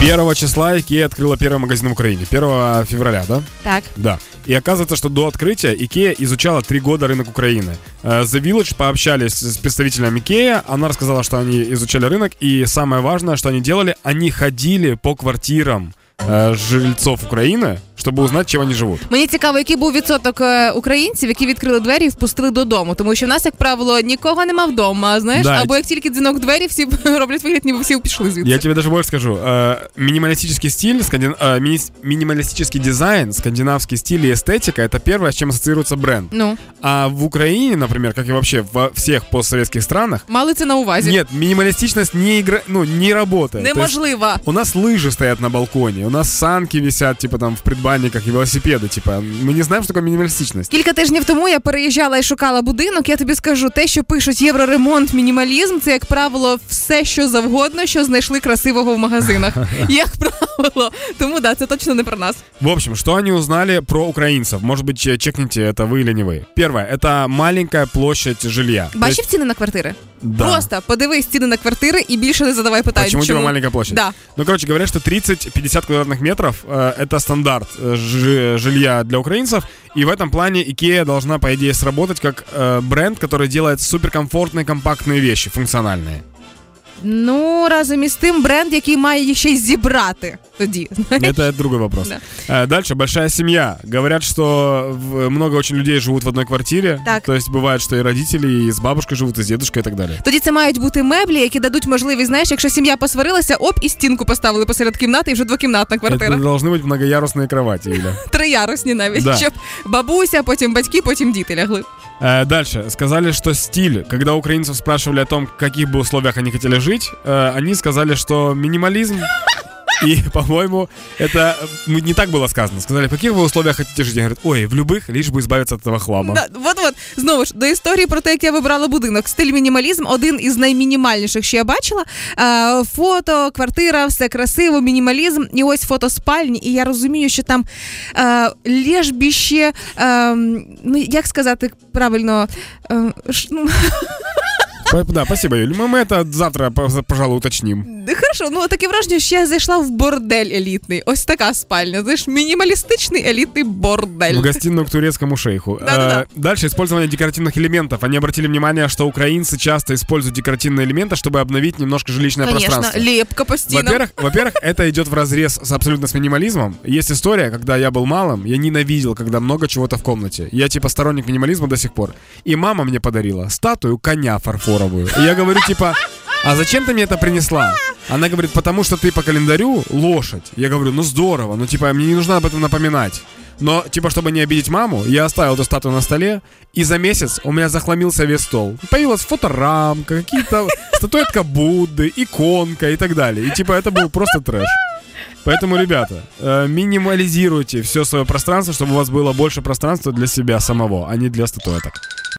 1 числа Икея открыла первый магазин в Украине. 1 февраля, да? Так. Да. И оказывается, что до открытия Икея изучала три года рынок Украины. Э, The Village пообщались с представителем Икея. Она рассказала, что они изучали рынок. И самое важное, что они делали, они ходили по квартирам э, жильцов Украины, чтобы узнать, чем они живут. Мені цікаво, який був відсоток е, українців, які відкрили двері і впустили додому. Тому що в нас, як правило, нікого нема вдома. Знаєш, Да. або як тільки дзвінок в двері, всі роблять вигляд, ніби всі пішли звідси. Я тебе даже больше скажу. Э, Минималистический стиль, скандин- э, мини- минималистический дизайн, скандинавский стиль и эстетика — это первое, с чем ассоциируется бренд. Ну А в Украине, например, как и вообще во всех постсоветских странах, мали це на увазі. нет, минималистичность не, игра... ну, не работает. То есть Неможливо. у нас лыжи стоят на балконе, у нас санки висят, типа, там, в предбанниках и велосипеды, типа. Мы не знаем, что такое минималистичность. Кілька тижнів тому я переїжджала і шукала будинок. Я тобі скажу, те, що пишуть євроремонт, мінімалізм, це як правило все, що завгодно, що знайшли красивого в магазинах. Як правило, тому да, це точно не про нас. В общем, что они узнали про украинцев? Может быть, че- чекните, это вы или не вы. Первое, это маленькая площадь жилья. То Бачив есть- ціни на квартири? Тобто- Да. Просто подивись ціни на квартири і більше не задавай питань. Почему тебе маленькая площадь? Да. Ну, короче, говорят, что 30-50 квадратных метров э, это стандарт э, жи- жилья для украинцев. И в этом плане Икея должна, по идее, сработать как э, бренд, который делает суперкомфортные, компактные вещи, функциональные. Ну разом із тим бренд, який має їх ще й зібрати тоді. Это другой вопрос. Э, Дальше большая семья. Говорят, что в- много очень людей живут в одной квартире. Так. То есть бывает, что и родители, и с бабушкой живут, и с дедушкой и так далее. Тоді це мають бути меблі, які дадуть можливість, знаєш, якщо сім'я посварилася, оп, і стінку поставили посеред кімнати, і вже двокімнатна квартира. Это должны быть многоярусные кровати, Юля. триярусні навіть, Да. щоб бабуся, потім батьки, потім діти лягли. Э, Дальше. Сказали, что стиль. Когда украинцев спрашивали о том, в каких бы условиях они хотели жить, э, они сказали, что минимализм. И, по-моему, это ну, не так было сказано. Сказали, в каких вы условиях хотите жить? Они говорят, ой, в любых, лишь бы избавиться от этого хлама. Да, от от знову ж до історії про те, як я вибрала будинок. Стиль мінімалізм один із наймінімальніших, що я бачила. Е, фото, квартира, все красиво, мінімалізм. І ось фото спальні. І я розумію, що там е, лєж більше, е, ну як сказати правильно, е, ш- ну, П- Да, спасибо, Юль. Мы, мы это завтра, п- пожалуй, уточним. Хорошо, ну таке враження, що я зайшла в бордель елітний. Ось така спальня. Знаєш, мінімалістичний елітний бордель. В гостиную к турецкому шейху. Да-да-да. Э, Дальше использование декоративных элементов. Они обратили внимание, что украинцы часто используют декоративные элементы, чтобы обновить немножко жилищное Конечно, пространство. лепка постійно. Во-первых, во-первых, это идет в разрез с абсолютно с минимализмом. Есть история, когда я был малым, я ненавидел, когда много чего-то в комнате. Я типа сторонник минимализма до сих пор. И мама мне подарила статую коня фарфоровую. И я говорю типа, а зачем ты мне это принесла? Она говорит, потому что ты по календарю лошадь. Я говорю, ну здорово, ну типа мне не нужно об этом напоминать. Но, типа, чтобы не обидеть маму, я оставил эту статую на столе, и за месяц у меня захламился весь стол. Появилась фоторамка, какие-то статуэтка Будды, иконка и так далее. И, типа, это был просто трэш. Поэтому, ребята, э, минимализируйте все свое пространство, чтобы у вас было больше пространства для себя самого, а не для статуэток.